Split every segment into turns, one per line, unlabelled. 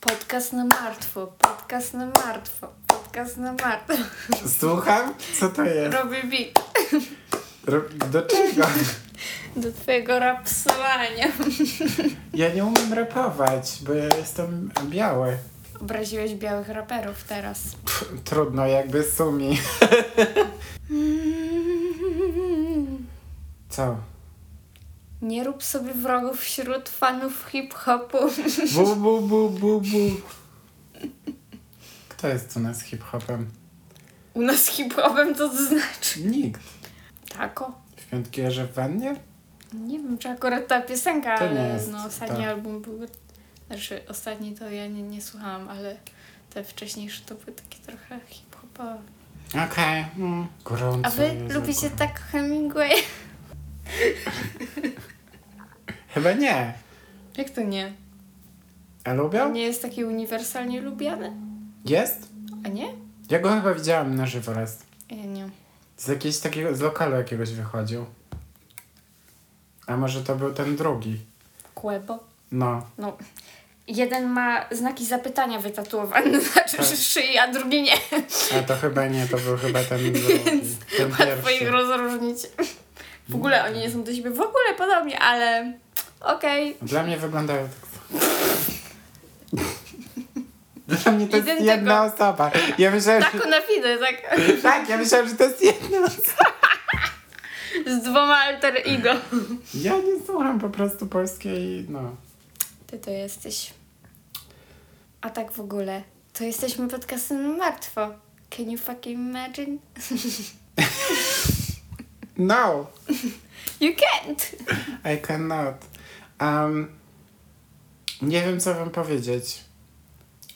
Podcast na martwo, podcast na martwo, podcast na martwo.
Słucham? Co to jest?
Robię beat
Ro- Do czego?
do twojego rapsowania.
Ja nie umiem rapować, bo ja jestem biały.
Obraziłeś białych raperów teraz.
Pff, Trudno, jakby sumi. Co?
Nie rób sobie wrogów wśród fanów hip-hopu.
Bu, bu, bu, bu, bu. Kto jest u nas hip-hopem?
U nas hip-hopem to, to znaczy?
Nikt.
Tako?
W piątki jeżdżę w wannie?
Nie wiem, czy akurat ta piosenka,
To nie
ale
jest,
no, ostatni
tak.
album był... Znaczy, ostatni to ja nie, nie słuchałam, ale te wcześniejsze to były takie trochę hip-hopowe.
Okej. Mm. Gorąco
A wy
jest,
lubicie
gorąco.
tak Hemingway?
Chyba nie.
Jak to nie?
A
On
lubią?
nie jest taki uniwersalnie lubiany?
Jest?
A nie?
Ja go chyba widziałam na żywo raz.
Ja nie.
Z jakiegoś takiego, z lokalu jakiegoś wychodził. A może to był ten drugi?
Kłebo?
No.
No. Jeden ma znaki zapytania wytatuowane na
Tak.
szyi, a drugi nie.
A to chyba nie, to był chyba ten drugi. No, Ten
Łatwo ich
pierwszy.
rozróżnić. W ogóle oni nie są do siebie w ogóle podobni, ale okej.
Dla mnie wyglądają tak samo. Dla mnie to jest
Identyczne.
jedna osoba. Ja myślałem,
Tak na widę, tak.
że... Tak, ja myślałem, że to jest jedna osoba.
Z dwoma alter ego.
Ja nie słucham po prostu polskiej, no.
Ty to jesteś. A tak w ogóle, to jesteśmy podcastem na martwo. Can you fucking imagine?
No,
You can't!
I cannot. Um, nie wiem, co wam powiedzieć.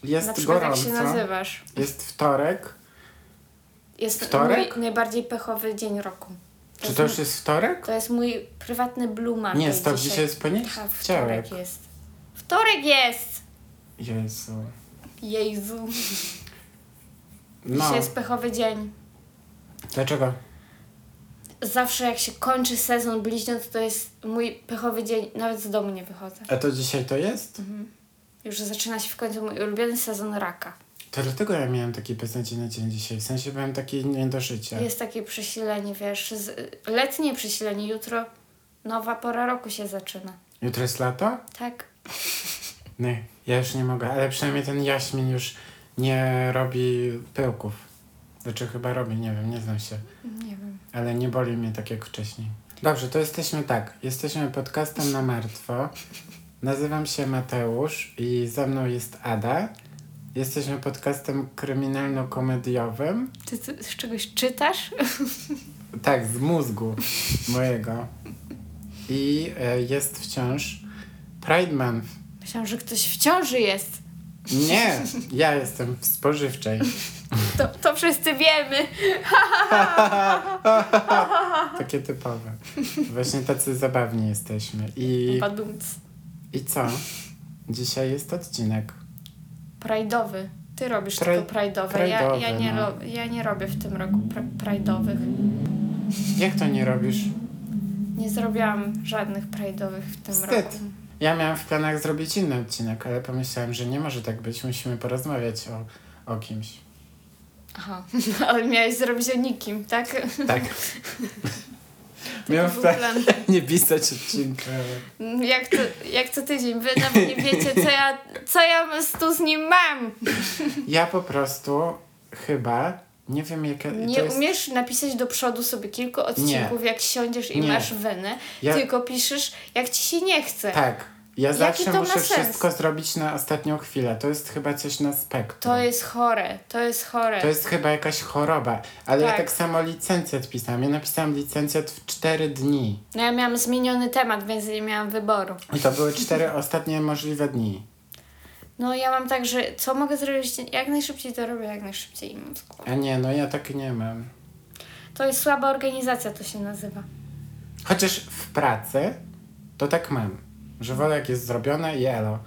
Jest
na przykład
gorąco.
Znaczy, jak się nazywasz.
Jest wtorek.
Jest
Wtorek?
mój najbardziej pechowy dzień roku.
Czy to już jest wtorek?
To jest mój prywatny blue Monday
Nie, stop, dzisiaj
Aha,
jest poniedziałek.
wtorek jest. Wtorek jest!
Jezu.
Jezu.
No,
Dzisiaj jest pechowy dzień.
dlaczego?
Zawsze jak się kończy sezon bliźniąt, to jest mój pechowy dzień. Nawet z domu nie wychodzę.
A to dzisiaj to jest?
Już zaczyna się w końcu mój ulubiony sezon raka.
To dlatego ja miałem taki beznadziejny dzień dzisiaj. W sensie byłem taki nie do życia.
Jest takie przesilenie, wiesz, z, letnie przesilenie. Jutro nowa pora roku się zaczyna.
Jutro jest lato?
Tak?
Nie, ja już nie mogę, ale przynajmniej ten jaśmin już nie robi pyłków. Znaczy chyba robi, nie wiem, nie znam się.
Nie wiem.
Ale nie boli mnie tak jak wcześniej. Dobrze, to jesteśmy tak. Jesteśmy podcastem na martwo. Nazywam się Mateusz i ze mną jest Ada. Jesteśmy podcastem kryminalno-komediowym.
Ty, ty z czegoś czytasz?
Tak, z mózgu mojego. I e, jest wciąż Pride Month.
Myślałam, że ktoś w ciąży jest.
Nie, ja jestem w spożywczej.
To, to wszyscy wiemy.
Takie typowe. Właśnie tacy zabawni jesteśmy. I,
Badumc.
i co? Dzisiaj jest odcinek.
Prajdowy. Ty robisz
Praj-
tylko prajdowe. Ja, ja,
prajdowe,
nie
no.
ro- ja nie robię w tym roku pra- prajdowych.
Jak to nie robisz?
Nie zrobiłam żadnych prajdowych w tym
Wstyd.
roku.
Ja miałam w planach zrobić inny odcinek, ale pomyślałem, że nie może tak być. Musimy porozmawiać o, o kimś.
Aha, ale miałeś zrobić o nikim, tak?
Tak.
To
miałam w
był
planach
plan.
nie pisać odcinka. ale-
Jak to, jak co tydzień. Wy nawet nie wiecie, co ja, co ja z- tu z nim mam.
Ja po prostu chyba nie wiem, jaka.
Nie
to jest-
umiesz napisać do przodu sobie kilku odcinków, jak siądziesz i
Nie.
masz wenę,
Ja-
tylko piszesz, jak ci się nie chce.
Tak. Ja
Jaki
zawsze
to ma
muszę
sens?
wszystko zrobić na ostatnią chwilę. To jest chyba coś na spektrum.
To jest chore, to jest chore.
To jest chyba jakaś choroba. Ale ja
Tak.
tak samo licencjat pisałam. Ja napisałam licencjat w 4 dni.
No ja miałam zmieniony temat, więc nie miałam wyboru.
I to były 4 ostatnie możliwe dni.
No ja mam tak, że co mogę zrobić jak najszybciej, to robię jak najszybciej. i mam z głowy.
A nie, no ja tak nie mam.
To jest słaba organizacja, to się nazywa.
Chociaż w pracy to tak mam. Że wolę jak jest zrobione i elo.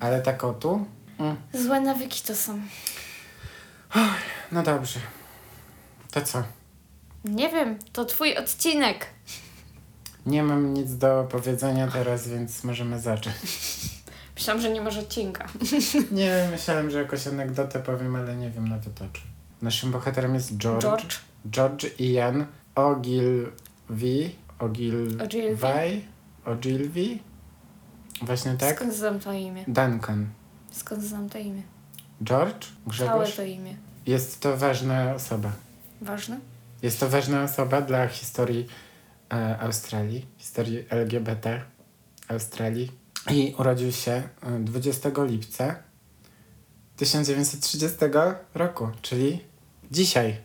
Ale tak o tu? Mm.
Złe nawyki to są.
No dobrze. To co?
Nie wiem, to twój odcinek.
Nie mam nic do powiedzenia teraz, więc możemy zacząć.
Myślałam, że nie masz odcinka.
Nie wiem, myślałem, że jakąś anegdotę powiem, ale nie wiem, na wytoczy. Naszym bohaterem jest George.
George.
George Ian Ogilvy. Ogilvy. Ogilvy. Właśnie tak.
Skąd znam to imię?
Duncan.
Skąd znam to imię?
George?
Całe
Grzegorz?
to imię.
Jest to ważna osoba.
Ważne?
Jest to ważna osoba dla historii e, Australii, historii LGBT Australii. I urodził się e, 20 lipca 1930 roku, czyli dzisiaj.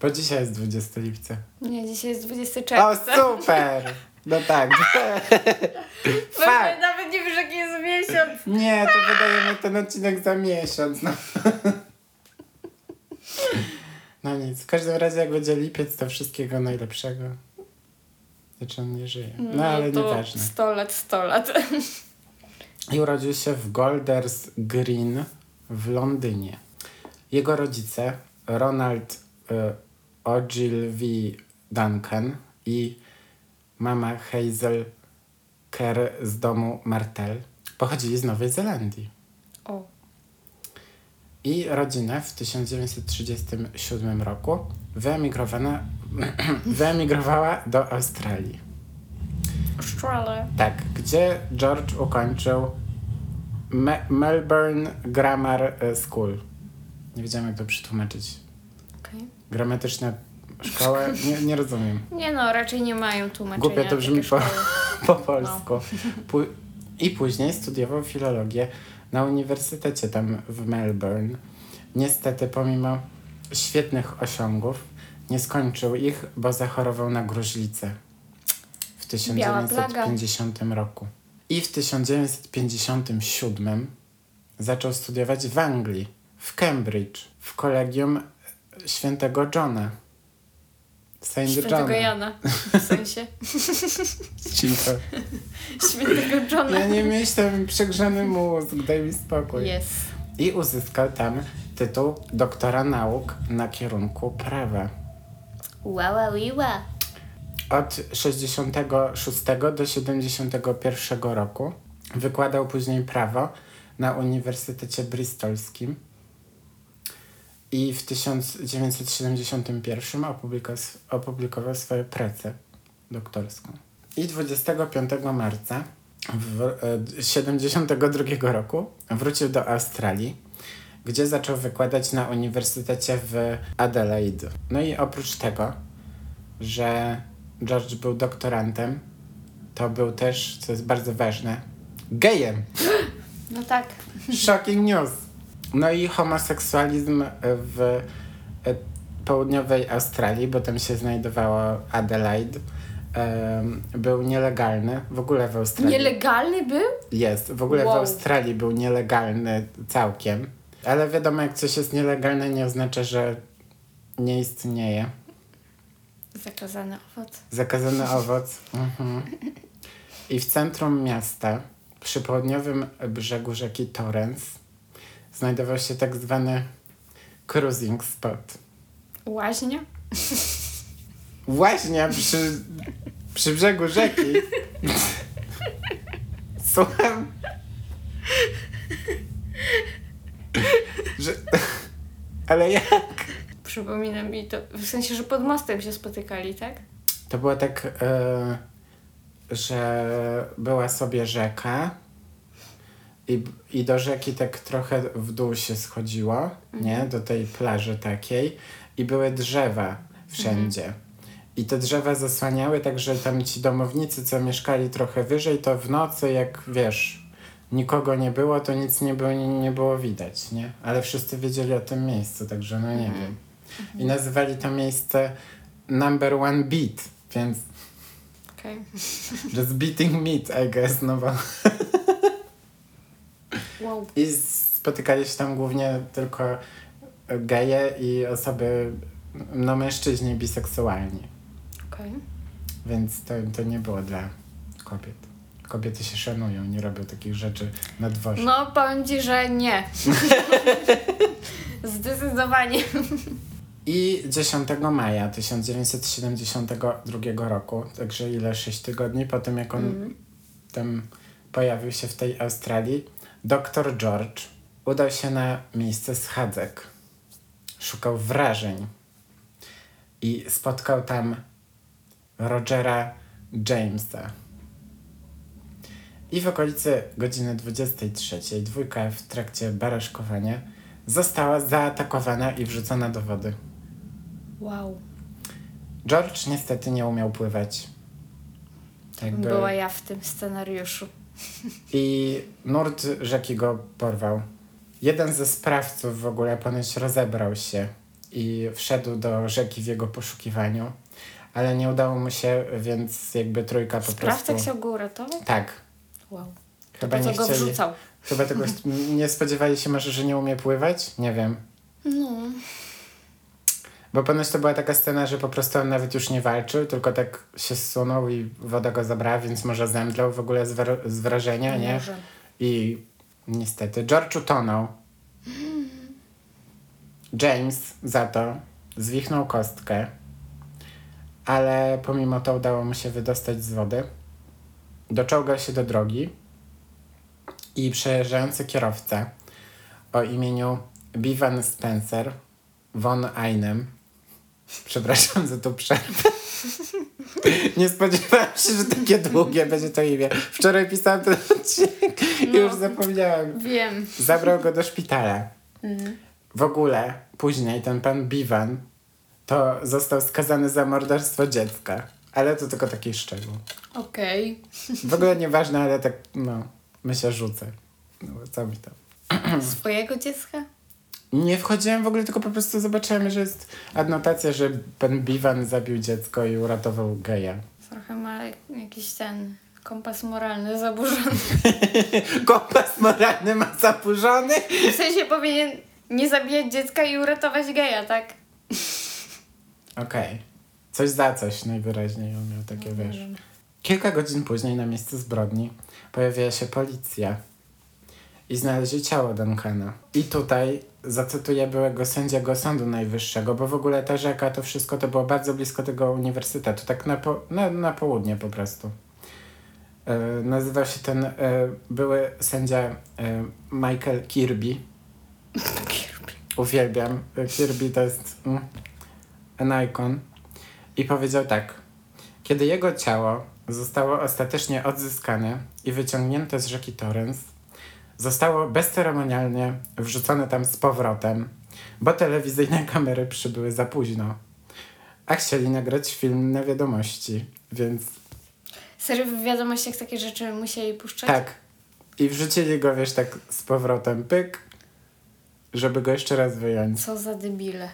Bo dzisiaj jest 20 lipca.
Nie, dzisiaj jest 20
O,
czerwca.
super! No tak.
Boże,
Fakt.
nawet nie wiesz, jaki jest miesiąc.
Nie, to wydajemy ten odcinek za miesiąc. No. no nic, w każdym razie jak będzie lipiec, to wszystkiego najlepszego. Znaczy on nie żyje. No ale
to
nieważne.
100 lat, 100 lat.
I urodził się w Golders Green w Londynie. Jego rodzice, Ronald y, Ogilvy Duncan i mama Hazel Kerr z domu Martel, pochodzili z Nowej Zelandii.
O,
I rodzina w 1937 roku wyemigrowana, wyemigrowała do Australii.
Australia.
Tak, gdzie George ukończył Me- Melbourne Grammar e, School. Nie wiedziałem, jak to przetłumaczyć.
Okej.
Gramatyczna szkoła? Nie, nie rozumiem.
Nie no, raczej nie mają tłumaczenia.
Głupio to brzmi
takie
po,
szkoły.
po polsku. Pó- I później studiował filologię na uniwersytecie tam w Melbourne. Niestety, pomimo świetnych osiągów, nie skończył ich, bo zachorował na gruźlicę w
Biała plaga.
1950 roku. I w 1957 zaczął studiować w Anglii, w Cambridge, w kolegium świętego Johna. Saint
Świętego
Johna.
Jana. W sensie.
Cicho.
Świętego Johna.
Ja nie myślę, przegrzany mózg, daj mi spokój.
Jest.
I uzyskał tam tytuł doktora nauk na kierunku prawa.
Ła, ła, ui, ła.
Od 66 do 71 roku wykładał później prawo na Uniwersytecie Bristolskim i w 1971 opublikos- opublikował swoją pracę doktorską. I 25 marca w, e, 72 roku wrócił do Australii, gdzie zaczął wykładać na Uniwersytecie w Adelaide. No i oprócz tego, że George był doktorantem, to był też, co jest bardzo ważne, gejem.
No tak.
Shocking news. No i homoseksualizm w e, południowej Australii, bo tam się znajdowało Adelaide, em, był nielegalny. W ogóle w Australii.
Nielegalny był?
Jest. W ogóle w
Wow.
Australii był nielegalny całkiem. Ale wiadomo, jak coś jest nielegalne, nie oznacza, że nie istnieje.
Zakazany owoc.
Zakazany owoc. Mhm. I w centrum miasta, przy południowym brzegu rzeki Torrens, znajdował się tak zwany cruising spot.
Łaźnia?
Właśnie przy, przy brzegu rzeki. Słucham. Że, ale ja.
Przypomina mi to. W sensie, że pod mostem się spotykali, tak?
To było tak, e, że była sobie rzeka i, i do rzeki tak trochę w dół się schodziło, nie? Do tej plaży takiej i były drzewa wszędzie. I te drzewa zasłaniały, także tam ci domownicy, co mieszkali trochę wyżej, to w nocy, jak wiesz, nikogo nie było, to nic nie było, nie, nie było widać, nie? Ale wszyscy wiedzieli o tym miejscu, także no nie wiem. I nazywali to miejsce number one beat, więc
Okej.
just beating meat, I guess, no bo...
Wow.
I spotykali się tam głównie tylko geje i osoby, no mężczyźni biseksualni,
Okej.
więc to, to nie było dla kobiet. Kobiety się szanują, nie robią takich rzeczy na dworze.
No, powiem ci, że nie. Zdecydowanie.
I 10 maja 1972 roku, także ile 6 tygodni po tym, jak on tam pojawił się w tej Australii, Doktor George udał się na miejsce schadzek. Szukał wrażeń i spotkał tam Rogera Jamesa. I w okolicy godziny 23 dwójka w trakcie baraszkowania została zaatakowana i wrzucona do wody.
Wow.
George niestety nie umiał pływać. Jakby...
Była ja w tym scenariuszu.
I nurt rzeki go porwał. Jeden ze sprawców w ogóle ponoć rozebrał się i wszedł do rzeki w jego poszukiwaniu, ale nie udało mu się, więc jakby trójka po
Sprawca
prostu...
chciał go uratować?
Tak.
Wow.
Chyba
Po co
nie
go
chcieli...
wrzucał?
Chyba tego nie spodziewali się może, że nie umie pływać? Nie wiem.
No.
Bo ponoć to była taka scena, że po prostu on nawet już nie walczył, tylko tak się zsunął i woda go zabrała, więc może zemdlał w ogóle z, wra- z wrażenia, nie?
Może.
I niestety George utonął. James za to zwichnął kostkę, ale pomimo to udało mu się wydostać z wody. Doczołgał się do drogi i przejeżdżający kierowca o imieniu Bivan Spencer von Einem. Przepraszam za tą przerwę. Nie spodziewałam się, że takie długie będzie to imię. Wczoraj pisałam ten odcinek i
No.
już zapomniałam.
Wiem.
Zabrał go do szpitala. W ogóle później ten pan Biwan to został skazany za morderstwo dziecka. Ale to tylko taki szczegół.
Okej.
W ogóle nieważne, ale tak, no, my się rzucę. No, co mi to. Hmm.
Swojego dziecka?
Nie wchodziłem w ogóle, tylko po prostu zobaczyłem, że jest adnotacja, że pan Biwan zabił dziecko i uratował geja.
Trochę ma jakiś ten kompas moralny zaburzony.
Kompas moralny ma zaburzony?
W sensie powinien nie zabijać dziecka i uratować geja, tak?
Okej. Coś za coś najwyraźniej on miał takie, wiesz. Kilka godzin później na miejscu zbrodni pojawiła się policja i znaleźli ciało Duncana. I tutaj zacytuję byłego sędziego Sądu Najwyższego, bo w ogóle ta rzeka, to wszystko to było bardzo blisko tego uniwersytetu, tak na, po, na, na południe po prostu. E, nazywał się ten e, były sędzia e, Michael Kirby. Uwielbiam. e, Kirby to jest mm, an icon. I powiedział tak. Kiedy jego ciało zostało ostatecznie odzyskane i wyciągnięte z rzeki Torrens, zostało bezceremonialnie wrzucone tam z powrotem, bo telewizyjne kamery przybyły za późno. A chcieli nagrać film na wiadomości, więc
Serio w wiadomościach takie rzeczy musieli puszczać?
tak. I wrzucili go, wiesz, tak z powrotem, pyk, żeby go jeszcze raz wyjąć.
Co za debile.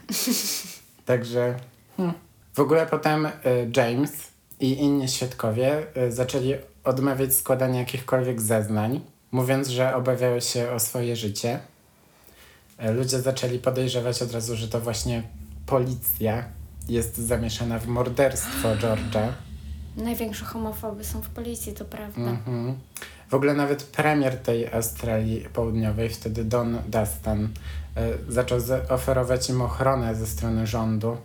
Także hmm. w ogóle potem y, James i inni świadkowie y, zaczęli odmawiać składania jakichkolwiek zeznań, mówiąc, że obawiały się o swoje życie. Y, ludzie zaczęli podejrzewać od razu, że to właśnie policja jest zamieszana w morderstwo George'a.
Największe homofoby są w policji, to prawda.
Mhm. W ogóle nawet premier tej Australii Południowej, wtedy Don Dustin, y, zaczął za- oferować im ochronę ze strony rządu,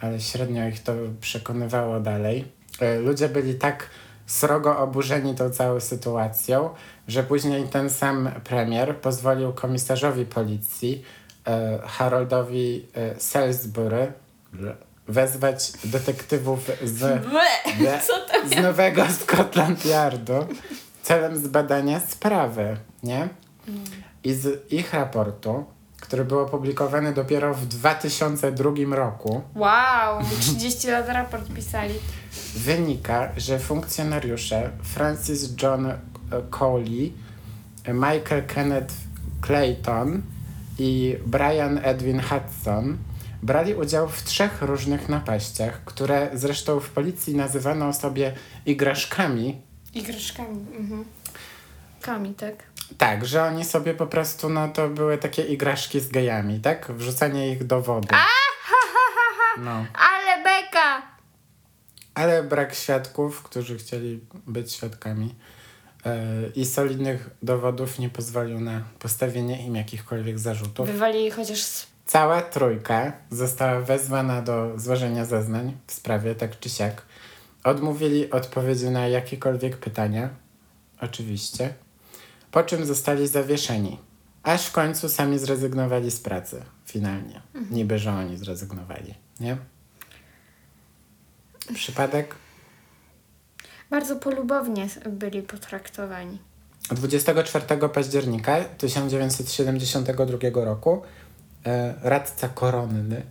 ale średnio ich to przekonywało dalej. Y, Ludzie byli tak srogo oburzeni tą całą sytuacją, że później ten sam premier pozwolił komisarzowi policji, y, Haroldowi y, Salisbury, wezwać detektywów z
Ble!
Ble.
Co to?
z Nowego Scotland Yardu celem zbadania sprawy, nie? I z ich raportu, który był opublikowany dopiero w 2002 roku,
Wow, 30 lat raport pisali.
wynika, że funkcjonariusze Francis John e, Coley, e, Michael Kenneth Clayton i Brian Edwin Hudson brali udział w trzech różnych napaściach, które zresztą w policji nazywano sobie igraszkami
Igraszkami. Mhm. Kami, tak?
Tak, że oni sobie po prostu, no to były takie igraszki z gejami, tak? Wrzucanie ich do wody. No.
Ale beka!
Ale brak świadków, którzy chcieli być świadkami yy, i solidnych dowodów nie pozwolił na postawienie im jakichkolwiek zarzutów.
Wywalili chociaż z...
Cała trójka została wezwana do złożenia zeznań w sprawie, tak czy siak. Odmówili odpowiedzi na jakiekolwiek pytania, oczywiście. po czym zostali zawieszeni. Aż w końcu sami zrezygnowali z pracy, finalnie. Niby, że oni zrezygnowali, nie? Przypadek?
Bardzo polubownie byli potraktowani.
24 października 1972 roku e, radca koronny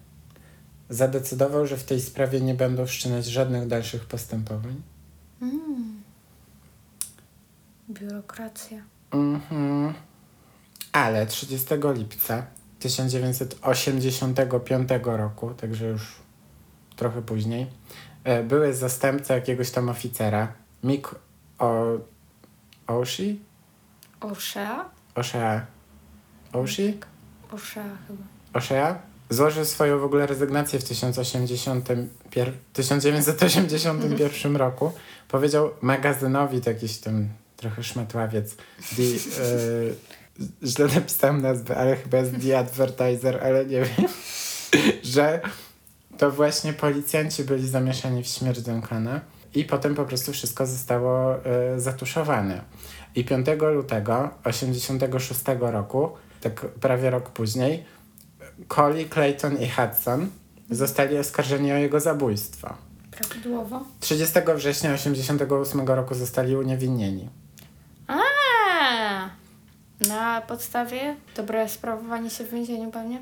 zadecydował, że w tej sprawie nie będą wszczynać żadnych dalszych postępowań.
Biurokracja.
Mhm. Ale 30 lipca 1985 roku, także już trochę później, e, były zastępca jakiegoś tam oficera, Mick o- Oshii?
Oszea?
Oshea? Oshii?
Oszea chyba.
Oshea złożył swoją w ogóle rezygnację w 1981 1981 roku. Powiedział magazynowi, to jakiś tam trochę szmatławiec, the, y, źle napisałem nazwę, ale chyba jest The Advertiser, ale nie wiem, że to właśnie policjanci byli zamieszani w śmierć Duncana i potem po prostu wszystko zostało y, zatuszowane. I 5 lutego 86 roku, tak prawie rok później, Coley, Clayton i Hudson zostali oskarżeni o jego zabójstwo.
Prawidłowo.
30 września 1988 roku zostali uniewinnieni.
A! Na podstawie dobre sprawowanie się w więzieniu pewnie?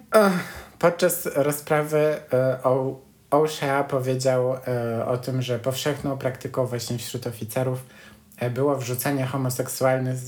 Podczas rozprawy e, o O'Shea powiedział e, o tym, że powszechną praktyką właśnie wśród oficerów e, było wrzucanie homoseksualnych,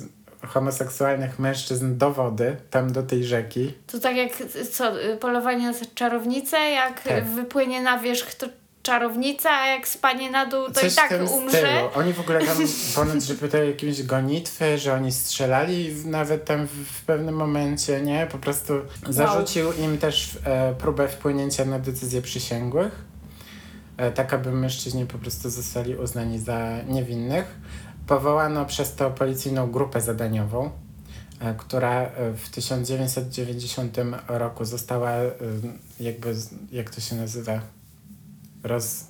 homoseksualnych mężczyzn do wody, tam do tej rzeki.
To tak jak y, co, y, polowanie na czarownicę, jak y,
Tak.
wypłynie na wierzch to czarownica, a jak spadnie na dół to
Coś
i
w
tak
tym
umrze.
stylu. Oni w ogóle tam ponoć, że pytają jakieś gonitwy, że oni strzelali w- nawet tam w, w pewnym momencie, nie? Po prostu zarzucił im też e, próbę wpłynięcia na decyzję przysięgłych, e, tak aby mężczyźni po prostu zostali uznani za niewinnych. Powołano przez to policyjną grupę zadaniową, e, która e, w 1990 roku została e, jakby, z- jak to się nazywa, roz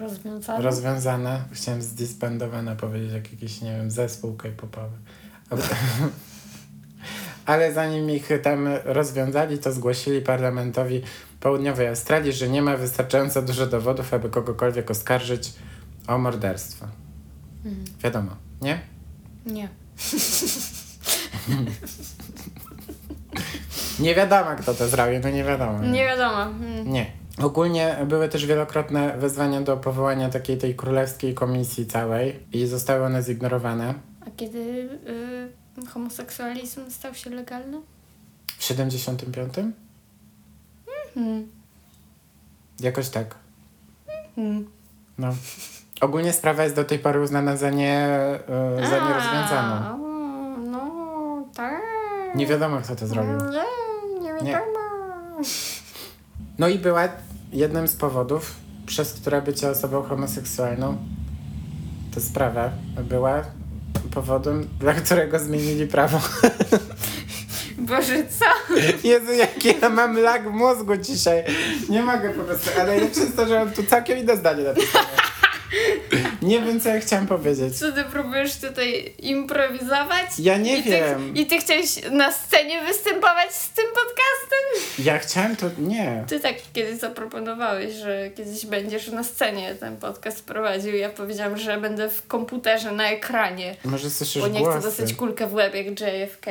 Rozwiązane.
rozwiązane, chciałem zdisbandowane powiedzieć, jak jakiś, nie wiem, zespół k-popowy. Ale- Ale zanim ich tam rozwiązali, to zgłosili parlamentowi Południowej Australii, że nie ma wystarczająco dużo dowodów, aby kogokolwiek oskarżyć o morderstwo.
Mhm.
Wiadomo, nie?
Nie.
Nie wiadomo, kto to zrobił, no nie wiadomo.
Nie wiadomo. Mm.
Nie. Ogólnie były też wielokrotne wezwania do powołania takiej tej królewskiej komisji całej i zostały one zignorowane.
A kiedy y, homoseksualizm stał się legalny?
W 75?
Mhm.
Jakoś tak.
Mhm.
No. Ogólnie sprawa jest do tej pory uznana za, nie, y, za
A,
nierozwiązaną.
o, No, tak.
Nie wiadomo, kto to zrobił.
Nie, nie
Nie.
wiadomo.
No i była jednym z powodów, przez które bycie osobą homoseksualną, ta sprawa była powodem, dla którego zmienili prawo.
Boże, co?
Jezu, jaki ja mam lag w mózgu dzisiaj. Nie mogę po prostu, ale ja przez to, że mam tu całkiem inne zdanie na to. Nie wiem, co ja chciałam powiedzieć.
Co ty próbujesz tutaj improwizować?
Ja nie
I
wiem.
Ty, I ty chciałeś na scenie występować z tym podcastem?
Ja chciałem to... Nie.
Ty tak kiedyś zaproponowałeś, że kiedyś będziesz na scenie ten podcast prowadził. Ja powiedziałam, że będę w komputerze na ekranie,
Może słyszysz
bo nie
głosy.
chcę dostać kulkę w łeb jak JFK.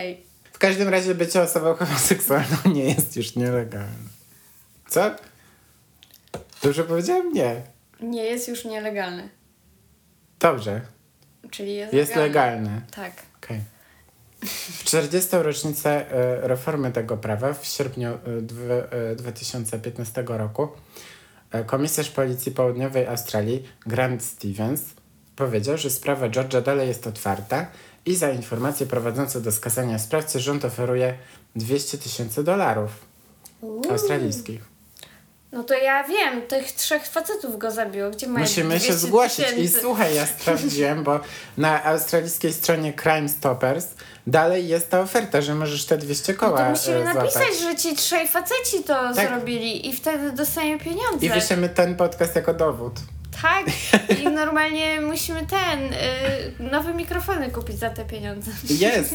W każdym razie bycie osobą homoseksualną nie jest już nielegalne. Co? Dobrze powiedziałem? Nie.
Nie jest już nielegalny.
Dobrze.
Czyli jest,
Jest legalne.
Tak.
Okej. W 40. rocznicę e, reformy tego prawa w sierpniu e, dw- e, 2015 roku e, komisarz policji południowej Australii Grant Stevens powiedział, że sprawa Georgia dalej jest otwarta i za informacje prowadzące do skazania sprawcy rząd oferuje 200 tysięcy dolarów australijskich.
No to ja wiem, tych trzech facetów go zabiło. Gdzie mają
Musimy się
200
zgłosić. I
tysięcy?
słuchaj, ja sprawdziłem, bo na australijskiej stronie Crime Stoppers dalej jest ta oferta, że możesz te 200
No
koła
to
e,
musimy napisać,
złapać.
że ci trzej faceci to
Tak.
zrobili i wtedy dostaniemy pieniądze.
I wyślemy ten podcast jako dowód.
Tak, i normalnie musimy ten, y, nowe mikrofony kupić za te pieniądze.
Jest!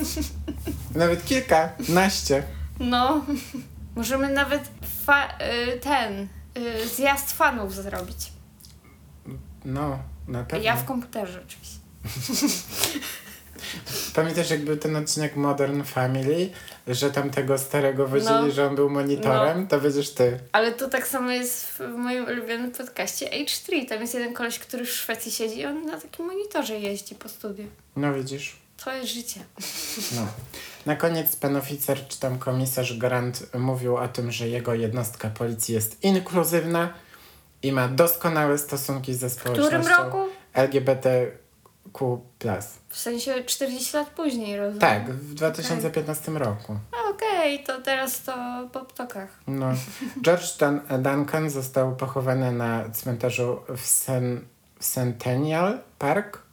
Nawet kilka, naście.
No, możemy nawet fa- y, ten, y, zjazd fanów zrobić.
No, na pewno.
Ja w komputerze oczywiście.
Pamiętasz, jak był ten odcinek Modern Family, że tam tego starego wodzili,
No.
że on był monitorem? To będziesz ty.
Ale to tak samo jest w moim ulubionym podcaście H3. Tam jest jeden koleś, który w Szwecji siedzi i on na takim monitorze jeździ po studiu.
No widzisz.
To jest życie.
No. Na koniec pan oficer czy tam komisarz Grant mówił o tym, że jego jednostka policji jest inkluzywna i ma doskonałe stosunki ze
W
społecznością.
którym roku?
LGBTQ+.
W sensie 40 lat później, rozumiem?
Tak, w 2015 roku.
A, Okej, to teraz to po ptokach.
No. George Dun- Duncan został pochowany na cmentarzu w, Sen- w Centennial Park.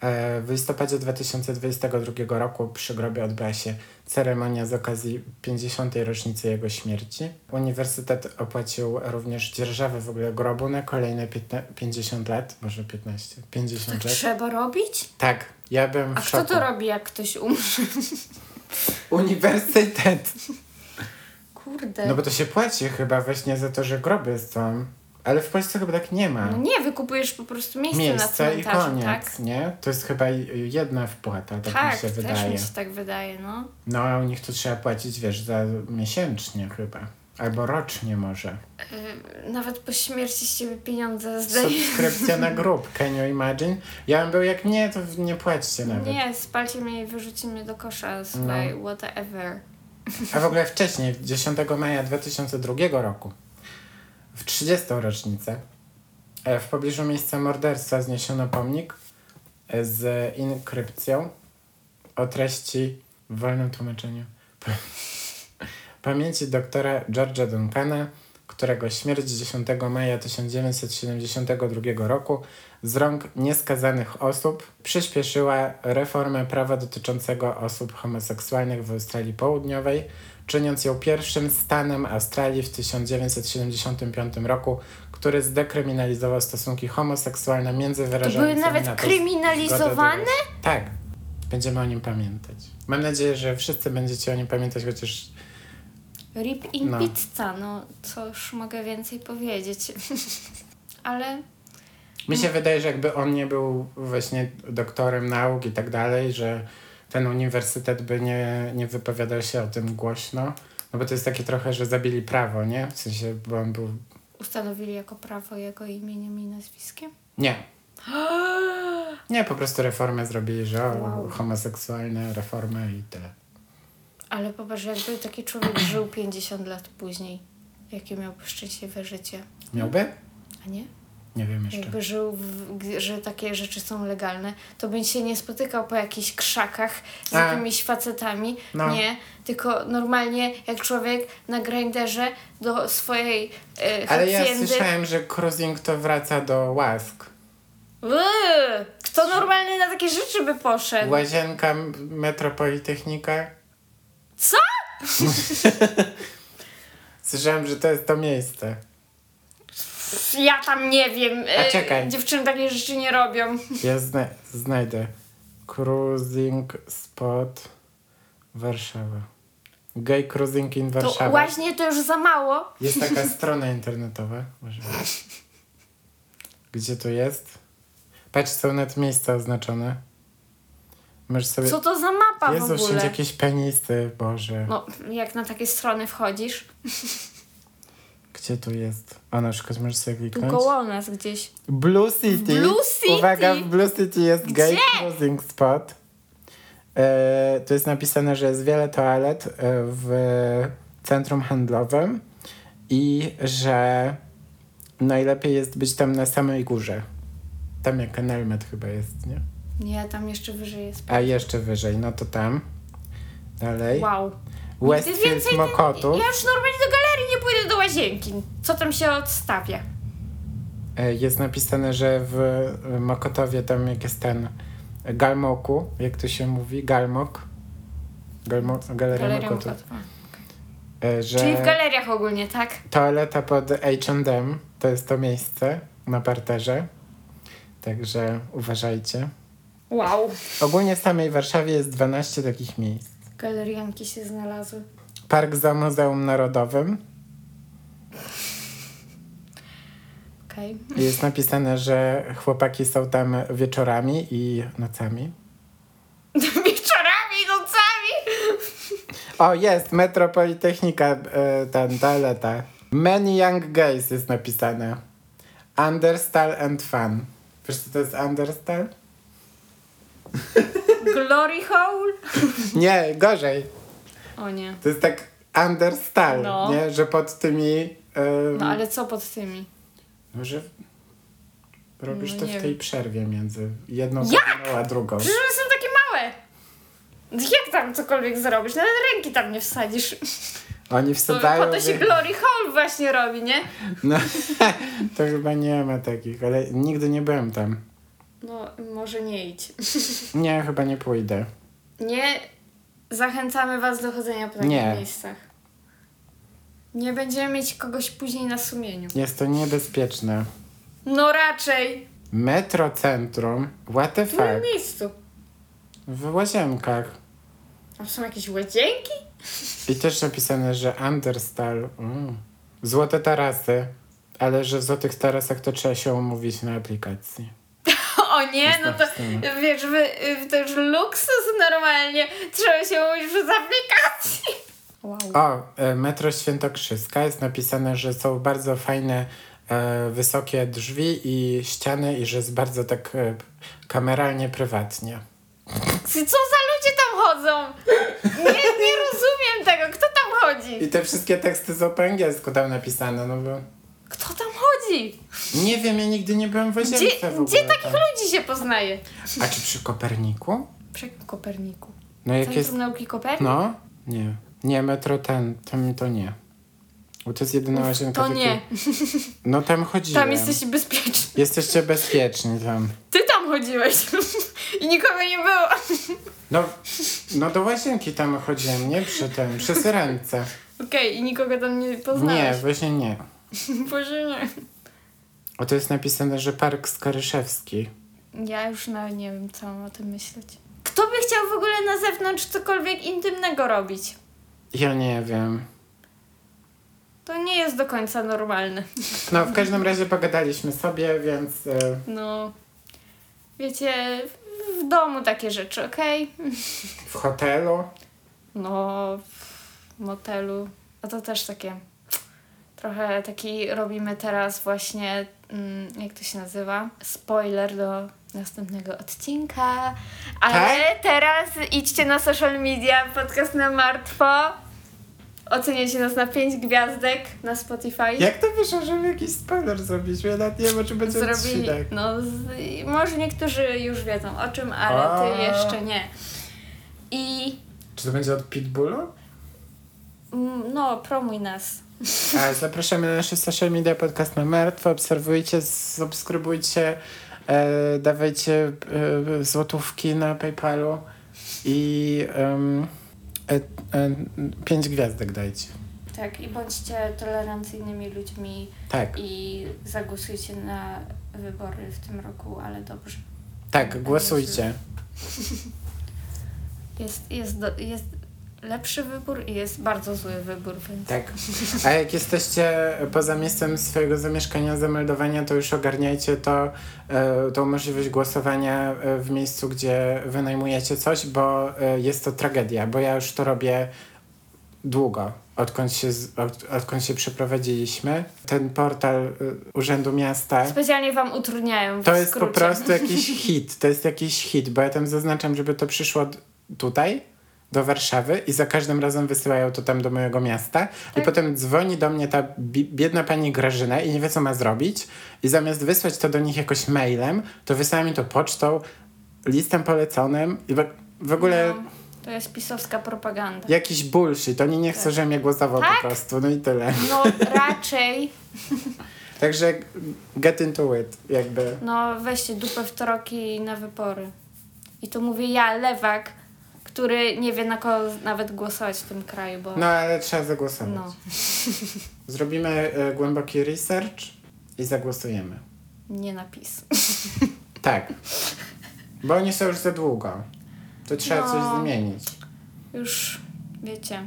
E, W listopadzie 2022 roku przy grobie odbyła się ceremonia z okazji 50. rocznicy jego śmierci. Uniwersytet opłacił również dzierżawę w ogóle grobu na kolejne piętna- 50 lat, może 15,
Tak
50 lat.
trzeba robić?
Tak, ja bym w
A kto
szoku.
to robi, jak ktoś umrze?
Uniwersytet!
Kurde.
No bo to się płaci chyba właśnie za to, że groby są. Ale w Polsce chyba tak nie ma.
No nie, wykupujesz po prostu miejsce, na
Miejsce i
cmentarzu,
koniec,
tak?
nie? To jest chyba i- jedna wpłata, tak,
Tak,
mi się
też
wydaje.
mi się tak wydaje, no.
No a u nich to trzeba płacić, wiesz, za miesięcznie chyba. Albo rocznie może.
Yy, nawet po śmierci z ciebie pieniądze zdaje.
Subskrypcja na grób, can you imagine? Ja bym był jak nie, to w- nie płaćcie nawet. No.
Nie, spalcie mnie i wyrzućcie mnie do kosza, słuchaj, whatever.
A w ogóle wcześniej, 10 maja 2002 roku, w 30. rocznicę, e, w pobliżu miejsca morderstwa zniesiono pomnik e, z inkrypcją o treści w wolnym tłumaczeniu p- pamięci doktora George'a Duncana, którego śmierć 10 maja 1972 roku z rąk nieskazanych osób przyspieszyła reformę prawa dotyczącego osób homoseksualnych w Australii Południowej, czyniąc ją pierwszym stanem Australii w 1975 roku, który zdekryminalizował stosunki homoseksualne między
To
wyrażającymi
były nawet
na to
kryminalizowane?
tak. Będziemy o nim pamiętać. Mam nadzieję, że wszyscy będziecie o nim pamiętać, chociaż
Rip in
No.
pizza, no cóż mogę więcej powiedzieć. Ale
mi się wydaje, że jakby on nie był właśnie doktorem nauk i tak dalej, że ten uniwersytet by nie, nie wypowiadał się o tym głośno. No bo to jest takie trochę, że zabili prawo, nie? W sensie, bo on był...
ustanowili jako prawo jego imieniem i nazwiskiem?
Nie. Nie, po prostu reformę zrobili, że o,
Wow.
homoseksualne reformy i tyle.
Ale popatrz, jakby taki człowiek żył 50 lat później, jakie miałby szczęśliwe życie,
Miałby?
a nie?
Nie wiem jeszcze.
Jakby żył, w, g- że takie rzeczy są legalne, to bym się nie spotykał po jakichś krzakach z
A.
jakimiś facetami.
No.
Nie, tylko normalnie jak człowiek na grinderze do swojej e,
Ale ja
haciendy-
słyszałem, że cruising to wraca do łask.
Uuu, Kto normalny na takie rzeczy by poszedł?
Łazienka, m- metropolitechnika.
Co?
Słyszałem, że to jest to miejsce.
Pff, Ja tam nie wiem.
A
e,
czekaj.
Dziewczyny takie rzeczy nie robią.
Ja zna- znajdę. Cruising spot Warszawa. Gay cruising in
To
Warszawa.
łaźnie to już za mało.
Jest taka strona internetowa. Może- Gdzie to jest? Patrz, są nawet miejsca oznaczone. Możesz sobie...
Co to za mapa
Jezu,
w ogóle?
wszędzie jakieś penisy, Boże.
No, jak na takie strony wchodzisz,
Gdzie tu jest? A na przykład możesz sobie
tu
kliknąć.
koło nas gdzieś.
Blue City.
Blue City?
Uwaga, w Blue City jest gay
Gdzie?
cruising spot. E, tu jest napisane, że jest wiele toalet e, w centrum handlowym i że najlepiej jest być tam na samej górze. Tam jak Nelmet chyba jest, nie?
Nie, tam jeszcze wyżej jest.
A jeszcze wyżej, no to tam. Dalej.
Wow. Nigdy
Westfield
więcej-
Mokotów.
Ja już normalnie do galerii nie pójdę do łazienki. Co tam się odstawia?
E, Jest napisane, że w e, Mokotowie tam jak jest ten Galmoku, jak to się mówi, Galmok. Galmo, galeria,
Galeria
Mokotów.
Mokotów.
E, Że
Czyli w galeriach ogólnie, tak?
toaleta pod H&M to jest to miejsce na parterze. Także uważajcie.
Wow.
Ogólnie w samej Warszawie jest 12 takich miejsc.
Galerianki się znalazły.
Park za Muzeum Narodowym.
Okej.
Jest napisane, że chłopaki są tam wieczorami i nocami.
Wieczorami, nocami!
O, jest, Metropolitechnika, e, ten, ta lata. Many Young Gays jest napisane. Understall and Fun. Wiesz, co to jest Understall?
Glory hole?
Nie, gorzej.
O nie.
To jest tak Understall,
No.
nie? Że pod tymi... e, em,
No ale co pod tymi?
Może w- robisz
No,
to w
nie
tej
wiem.
przerwie między jedną
Jak?
godziną a drugą.
Przecież one są takie małe. Jak tam cokolwiek zrobisz? Nawet ręki tam nie wsadzisz.
Oni
To,
wsadzają...
po to się
wie-
Glory Hall właśnie robi, nie?
No, to chyba nie ma takich, ale nigdy nie byłem tam.
No, może nie idź.
Nie, chyba nie pójdę.
Nie zachęcamy was do chodzenia po takich
Nie.
miejscach. Nie będziemy mieć kogoś później na sumieniu.
Jest to niebezpieczne.
No raczej
Metrocentrum? What the
w moim
fuck?
miejscu.
W Łazienkach.
A są jakieś łazienki?
I też napisane, że Understal. Mm. Złote tarasy. Ale że w złotych tarasach to trzeba się umówić na aplikacji.
O nie,
Jest
no to
napisane.
wiesz, wy, y, to już luksus normalnie. Trzeba się umówić przez aplikację. Wow.
O, e, metro Świętokrzyska. Jest napisane, że są bardzo fajne, e, wysokie drzwi i ściany i że jest bardzo tak e, kameralnie prywatnie.
Co za ludzie tam chodzą? Nie, nie rozumiem tego. Kto tam chodzi?
I te wszystkie teksty są po angielsku tam napisane, no bo...
Kto tam chodzi?
Nie wiem, ja nigdy nie byłem w Łazience
Gdzie,
w ogóle.
gdzie takich
tam.
ludzi się poznaje?
A czy przy Koperniku?
Przy Koperniku.
No jak
Centrum
jest...
Nauki Kopernik?
No, nie. Nie, metro ten, tam to nie. Bo to jest jedyna łazienka.
to
takiej-
nie.
No tam chodziłem.
Tam jesteś bezpieczny.
Jesteście bezpieczni tam.
Ty tam chodziłeś i nikogo nie było.
No, no do łazienki tam chodziłem, nie? Przy tym, przy syrence.
Okej, i nikogo tam nie
Nie,
poznałeś.
właśnie nie.
Nie. Boże nie.
O, to jest napisane, że Park Skaryszewski.
Ja już nawet nie wiem, co mam o tym myśleć. Kto by chciał w ogóle na zewnątrz cokolwiek intymnego robić?
Ja nie wiem.
To nie jest do końca normalne.
No, w każdym razie pogadaliśmy sobie, więc... y,
No. Wiecie, w domu takie rzeczy, okej?
w hotelu.
No, w motelu. A to też takie. Trochę taki robimy teraz właśnie, mm, jak to się nazywa? Spoiler do następnego odcinka. Ale
Tak?
teraz idźcie na social media, podcast na martwo. Oceniajcie nas na 5 gwiazdek na Spotify.
Jak to wyszło, żeby jakiś spoiler zrobić? Ja nawet nie wiem, czy będzie
Zrobili.
odcinek.
No, z, i może niektórzy już wiedzą o czym, ale
A.
ty jeszcze nie. I
Czy to będzie od Pitbullu?
mm, no, promuj nas.
A, zapraszamy na nasze social media, podcast na martwo. Obserwujcie, subskrybujcie, e, dawajcie e, złotówki na Paypalu i em, e, e, pięć gwiazdek dajcie.
Tak, i bądźcie tolerancyjnymi ludźmi
Tak,
i zagłosujcie na wybory w tym roku, ale dobrze.
tak, głosujcie.
Jest, jest, do, jest lepszy wybór i jest bardzo zły wybór, więc
Tak. A jak jesteście poza miejscem swojego zamieszkania, zameldowania, to już ogarniajcie to, e, tą możliwość głosowania e, w miejscu, gdzie wynajmujecie coś, bo e, jest to tragedia, bo ja już to robię długo. Odkąd się, z- od, odkąd się przeprowadziliśmy, ten portal e, Urzędu Miasta
specjalnie wam utrudniają w
Tak. to jest
skrócie.
po prostu jakiś hit. To jest jakiś hit, bo ja tam zaznaczam, żeby to przyszło d- tutaj, do Warszawy i za każdym razem wysyłają to tam do mojego miasta. I
Tak.
potem dzwoni do mnie ta bi- biedna pani Grażyna i nie wie, co ma zrobić. I zamiast wysłać to do nich jakoś mailem, to wysyła mi to pocztą, listem poleconym i w, w ogóle
No, to jest pisowska propaganda.
jakiś bullshit. Oni nie chcą, żebym ja głosował
Tak?
po prostu. No i tyle.
No raczej,
Także get into it, jakby.
no weźcie dupę w troki na wybory. I to mówię ja, lewak, który nie wie na kogo nawet głosować w tym kraju, bo
No ale trzeba zagłosować.
no.
Zrobimy e, głęboki research i zagłosujemy.
nie napis.
Tak. Bo oni są już za długo. To trzeba
No.
coś zmienić.
Już wiecie,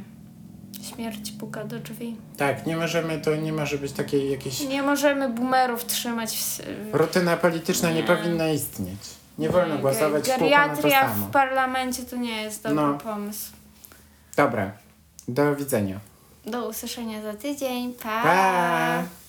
śmierć puka do drzwi.
Tak, nie możemy, to nie może być takiej jakiejś...
Nie możemy boomerów trzymać w... s- w
Rutyna polityczna nie,
Nie.
powinna istnieć. Nie wolno
Ge-
głosować w kółko na to
Geriatria
samo.
w parlamencie to nie jest dobry
No.
pomysł.
Dobra, do widzenia.
Do usłyszenia za tydzień. Pa!
Pa!